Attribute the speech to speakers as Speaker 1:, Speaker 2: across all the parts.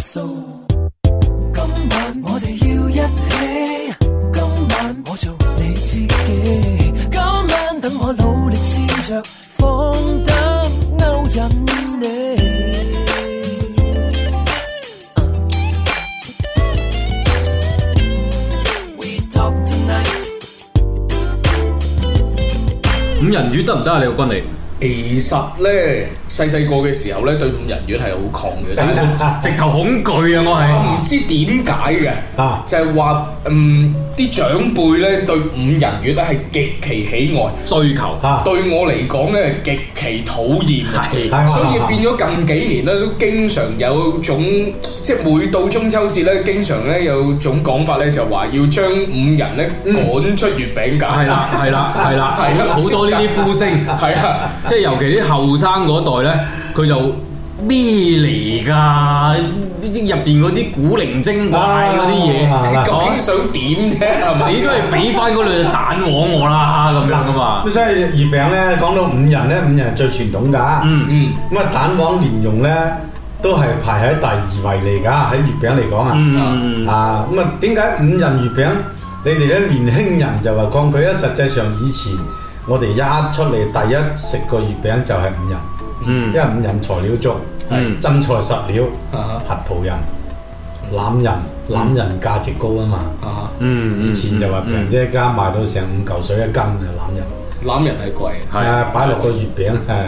Speaker 1: 数。今晚我哋要一起，今晚我做你知己。今晚等我努力試着放膽勾引你。We talk tonight.
Speaker 2: 五仁魚得唔得啊？李浩君你
Speaker 3: 其實咧，細細個嘅時候咧，對五仁丸係好抗嘅，但係我
Speaker 2: 直頭恐懼啊！我
Speaker 3: 我唔
Speaker 2: 係
Speaker 3: 知點解嘅，
Speaker 4: 啊
Speaker 3: 就係話嗯啲長輩咧對五仁丸咧係極其喜愛。
Speaker 2: 追求
Speaker 4: 啊
Speaker 3: 對我嚟講咧，極其討厭啊
Speaker 2: 係
Speaker 4: 係
Speaker 3: 所以變咗近幾年咧，都經常有種即係每到中秋節咧，經常咧有種講法咧，就話要將五人咧趕出月餅界。
Speaker 2: 嗯係啦係啦係啦，
Speaker 3: 係啊
Speaker 2: 好多呢啲呼聲，
Speaker 3: 係啊，
Speaker 2: 即係尤其啲後生嗰代咧，佢就咩嚟㗎？入邊嗰啲古靈精怪嗰啲嘢
Speaker 4: 啊嗱，
Speaker 3: 究竟
Speaker 2: 講
Speaker 3: 想點啫？係咪？
Speaker 2: 你都係俾翻嗰兩隻蛋黃我啦咁樣噶啊嘛
Speaker 4: 咁。所以月餅咧講到五仁咧，五仁係最傳統㗎。
Speaker 2: 嗯
Speaker 3: 嗯。
Speaker 4: 咁啊，蛋黃蓮蓉咧都係排喺第二位嚟㗎，喺月餅嚟講啊。
Speaker 2: 嗯
Speaker 4: 啊，咁啊，點解五仁月餅？你哋咧年輕人就話抗拒咧，實際上以前我哋一出嚟第一食個月餅就係五仁，因
Speaker 2: 嗯
Speaker 4: 為五仁材料足，
Speaker 2: 嗯
Speaker 4: 真材實料，
Speaker 3: 啊
Speaker 4: 核桃仁、欖仁，欖仁價值高啊嘛。
Speaker 3: 啊！
Speaker 2: 嗯，
Speaker 4: 以前就話平啫，而家賣到成五嚿水一斤啊，欖仁。
Speaker 3: 攬人係貴，
Speaker 2: 係
Speaker 4: 啊，擺落個月餅誒，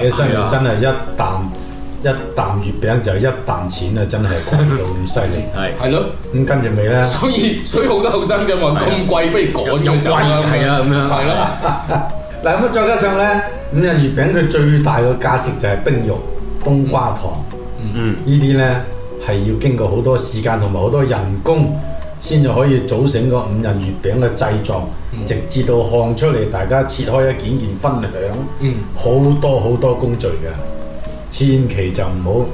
Speaker 4: 食起身
Speaker 2: 係啊
Speaker 4: 就真係一啖一啖月餅就一啖錢啊，真係貴到咁犀利。
Speaker 2: 係
Speaker 3: 係咯，
Speaker 4: 咁跟住未咧？
Speaker 3: 所以所以好多後生仔話
Speaker 2: 係啊
Speaker 3: 咁貴，不如趕
Speaker 2: 有
Speaker 3: 咗
Speaker 2: 有
Speaker 3: 走啦
Speaker 2: 貴係啊咁樣
Speaker 3: 係咯，
Speaker 4: 嗱咁啊，再加上咧，五仁月餅佢最大嘅價值就係冰肉、冬瓜糖，
Speaker 2: 嗯
Speaker 4: 呢啲咧係要經過好多時間同埋好多人工先至可以組成個五仁月餅嘅製作，
Speaker 2: 嗯
Speaker 4: 直至到烘出嚟，大家切開一件件分享，
Speaker 3: 嗯
Speaker 4: 好多好多工序嘅，千祈就唔好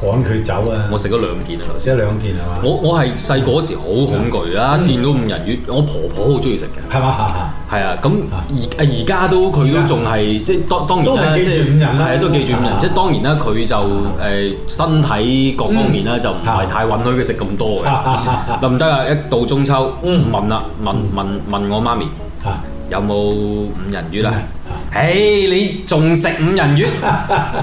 Speaker 4: 趕佢走啊！
Speaker 2: 我食咗兩件啊頭
Speaker 4: 即
Speaker 2: 先。
Speaker 4: 係兩件係嘛？
Speaker 2: 我我係細個嗰時好恐懼啦，見到五仁月，我婆婆好中意食嘅。
Speaker 4: 係嘛？
Speaker 2: 係啊，咁而而家都佢都仲係即係當當然
Speaker 4: 都
Speaker 2: 啦，
Speaker 4: 係記
Speaker 2: 即係
Speaker 4: 住五仁啦
Speaker 2: 係啊，都記住五人
Speaker 4: 啊。
Speaker 2: 即係當然啦，佢就誒身體各方面咧就唔係太允許佢食咁多嘅。
Speaker 4: 啊
Speaker 2: 嗱唔得啊！一到中秋
Speaker 4: 嗯
Speaker 2: 問啦，問問問我媽咪。
Speaker 4: 啊！
Speaker 2: 有冇五仁魚啦
Speaker 4: 嗯？
Speaker 2: 唉，你仲食五仁魚？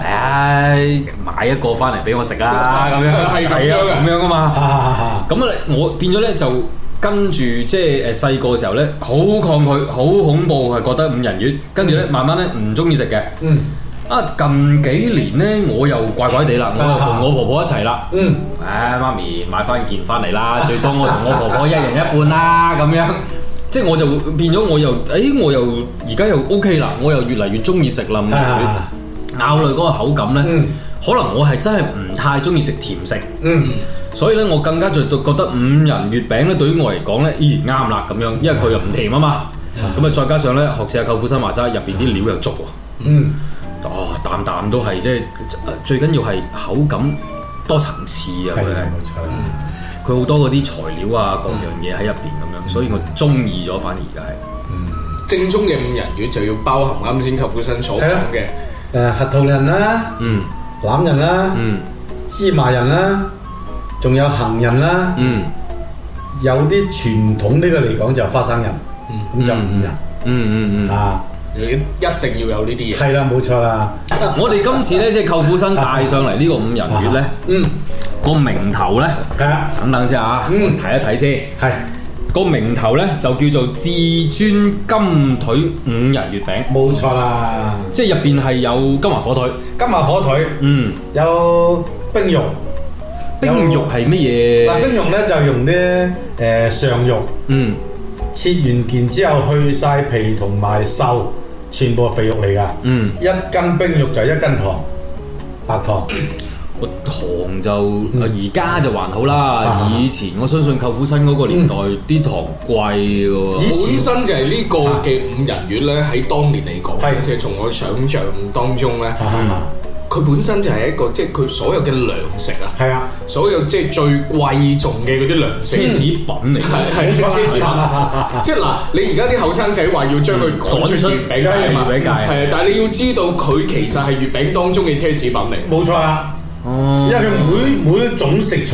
Speaker 2: 唉，買一個翻嚟俾我食啦，咁樣
Speaker 3: 係咁樣啊
Speaker 2: 咁樣噶嘛。
Speaker 4: 啊！
Speaker 2: 咁啊，我變咗咧就跟住即係誒呃細個嘅時候咧，好抗拒，好恐怖，係覺得五仁魚。跟住咧，慢慢咧唔中意食嘅。
Speaker 4: 嗯
Speaker 2: 啊，近幾年咧，我又怪怪地啦，我又同我婆婆一齊啦。
Speaker 4: 啊嗯，
Speaker 2: 唉，媽咪買翻件翻嚟 啦，最多我同我婆婆一人一半啦，咁樣，即係我就變咗我又，誒我又而家又 OK 啦，我又越嚟越中意食啦，咁
Speaker 4: 啊
Speaker 2: 樣咬落嗰個口感咧，
Speaker 4: 嗯
Speaker 2: 可能我係真係唔太中意食甜食，
Speaker 4: 嗯
Speaker 2: 所以咧我更加就覺得五仁月餅咧對於我嚟講咧，依然啱啦咁樣，因為佢又唔甜啊嘛，咁啊再加上咧學似阿舅父新話齋入邊啲料又足喎。
Speaker 4: 嗯，
Speaker 2: 哦，啖啖都係，即係呃最緊要係口感多層次啊！
Speaker 4: 係
Speaker 2: 佢
Speaker 4: 啦
Speaker 2: 係
Speaker 4: 冇錯啦。
Speaker 2: 佢好多嗰啲材料啊，各樣嘢喺入邊咁樣，所以我中意咗，反而而家係
Speaker 3: 正宗嘅五人丸就要包含啱先舅父新所講
Speaker 4: 係咯
Speaker 3: 嘅，
Speaker 4: 誒核桃仁啦，
Speaker 2: 嗯
Speaker 4: 欖仁啦，
Speaker 2: 嗯
Speaker 4: 芝麻仁啦，仲有杏仁啦，
Speaker 2: 嗯
Speaker 4: 有啲傳統呢個嚟講就花生仁，咁就五仁
Speaker 2: 嗯嗯嗯嗯。
Speaker 4: 啊，
Speaker 3: 你一定要有呢啲嘢。
Speaker 4: 係啦，冇錯啦。
Speaker 2: 我哋今次咧即係舅父新帶上嚟呢個五仁月咧，
Speaker 4: 嗯，
Speaker 2: 個名頭咧，
Speaker 4: 係啊，
Speaker 2: 等等先啊，我
Speaker 4: 嗯
Speaker 2: 睇一睇先。
Speaker 4: 係
Speaker 2: 個名頭咧就叫做至尊金腿五仁月餅，
Speaker 4: 冇錯啦。
Speaker 2: 即係入邊係有金華火腿，
Speaker 4: 金華火腿
Speaker 2: 嗯，
Speaker 4: 有冰肉，
Speaker 2: 冰肉係乜
Speaker 4: 嗱
Speaker 2: 嘢？
Speaker 4: 冰肉咧就用啲誒上肉。
Speaker 2: 嗯。
Speaker 4: 切完件之後去晒皮同埋瘦，全部係肥肉嚟㗎。
Speaker 2: 嗯，
Speaker 4: 一斤冰肉就一斤糖，白糖。
Speaker 2: 嗯個糖就啊而家就還好啦，
Speaker 4: 嗯啊嗯
Speaker 2: 以前我相信舅父新嗰個年代啲糖貴嘅喎
Speaker 3: 本
Speaker 4: 以，前
Speaker 3: 身就係呢個
Speaker 2: 啊
Speaker 3: 嘅五人丸咧，喺當年嚟講，
Speaker 4: 係
Speaker 3: 即係從我想像當中咧，
Speaker 4: 啊
Speaker 3: 佢本身就係一個即係佢所有嘅糧食啊，
Speaker 4: 係啊，
Speaker 3: 所有即係最貴重嘅嗰啲糧食，
Speaker 2: 奢侈品嚟
Speaker 3: 係
Speaker 2: 嘅。
Speaker 3: 係奢侈品。即係嗱，你而家啲後生仔話要將佢嗯趕出月餅界啊嘛，
Speaker 2: 趕出月餅界
Speaker 3: 係啊，但係你要知道佢其實係月餅當中嘅奢侈品嚟。
Speaker 4: 冇錯啦。
Speaker 2: 哦
Speaker 4: 因為佢每每一種食材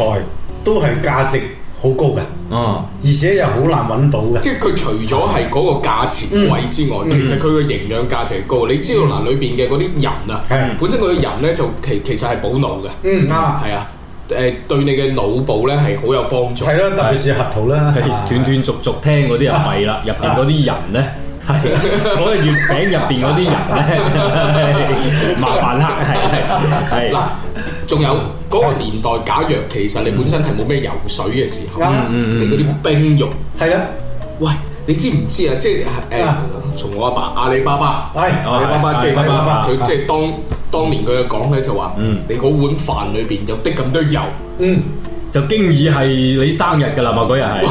Speaker 4: 都係價值好高嘅，
Speaker 2: 哦，
Speaker 4: 而且又好難揾到嘅。
Speaker 3: 即係佢除咗係嗰個價錢貴之外，其實佢個營養價值係高。你知道嗱，裏邊嘅嗰啲人啊
Speaker 4: 係，
Speaker 3: 本身佢個人咧就其其實係補腦嘅，
Speaker 4: 嗯，啱啊，
Speaker 3: 係啊，誒對你嘅腦部咧係好有幫助。
Speaker 4: 係啦，特別是核桃啦，
Speaker 2: 係
Speaker 4: 啊
Speaker 2: 斷斷續續聽嗰啲又弊啦，入邊嗰啲人咧。係 嗰個月餅入邊嗰啲人咧，麻煩啦，係係
Speaker 3: 嗱，仲有嗰個年代，假若其實你本身係冇咩游水嘅時候，
Speaker 4: 啱
Speaker 3: 你嗰啲冰肉，
Speaker 4: 係啦，
Speaker 3: 喂，你知唔知啊？即係誒
Speaker 4: 啊，
Speaker 3: 從我阿爸阿里巴巴。
Speaker 4: 係
Speaker 2: 哦
Speaker 3: 阿里巴巴即係
Speaker 2: 阿里巴啊
Speaker 4: 巴
Speaker 3: 佢即係當當年佢嘅講咧就話，
Speaker 2: 嗯
Speaker 3: 你嗰碗飯裏邊有滴咁多油，
Speaker 4: 嗯，
Speaker 2: 就經已係你生日㗎啦嘛，嗰日係。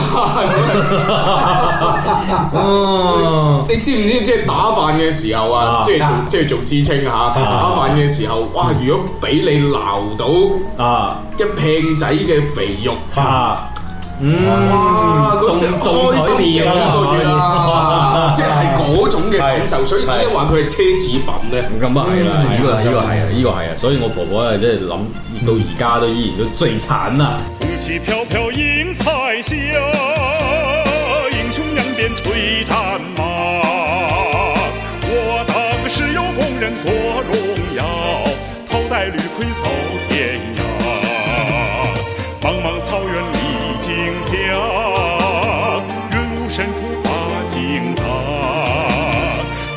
Speaker 2: 哦，
Speaker 3: 你知唔知即係打飯嘅時候
Speaker 2: 啊，
Speaker 3: 啊即係做
Speaker 4: 啊
Speaker 3: 即係做知青嚇，打飯嘅時候，哇！
Speaker 2: 嗯
Speaker 3: 如果俾你撈到
Speaker 2: 啊
Speaker 3: 一片仔嘅肥肉，
Speaker 2: 啊，嗯
Speaker 3: 哇！，嗰隻開心嘅
Speaker 2: 啊
Speaker 3: 呢個月啦，即係嗰種嘅感受，
Speaker 2: 係
Speaker 3: 所以點解話佢係奢侈品咧？
Speaker 2: 咁啊係啦，
Speaker 3: 嗯
Speaker 2: 呢個係呢個係啊，呢個係啊，所以我婆婆啊，即係諗到而家都依然都最慘啊！
Speaker 5: 紫旗飘飘迎彩霞，英雄扬鞭催战马。我当时有功人多荣耀，头戴绿盔走天涯。茫茫草原历荆棘，润物深处把荆打。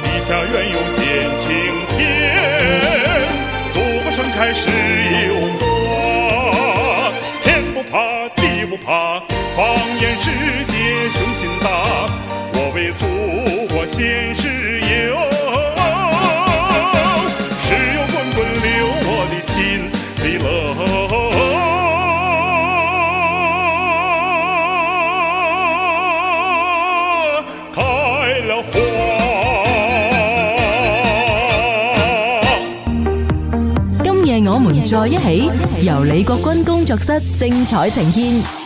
Speaker 5: 地下原有剑青天，祖国盛开时有花。天不怕地不怕，放眼世界雄心大。我为祖国献石油，石油滚滚流我的心里喽。开了花。
Speaker 6: 今夜我们在一起，由李国君工作室精彩呈现。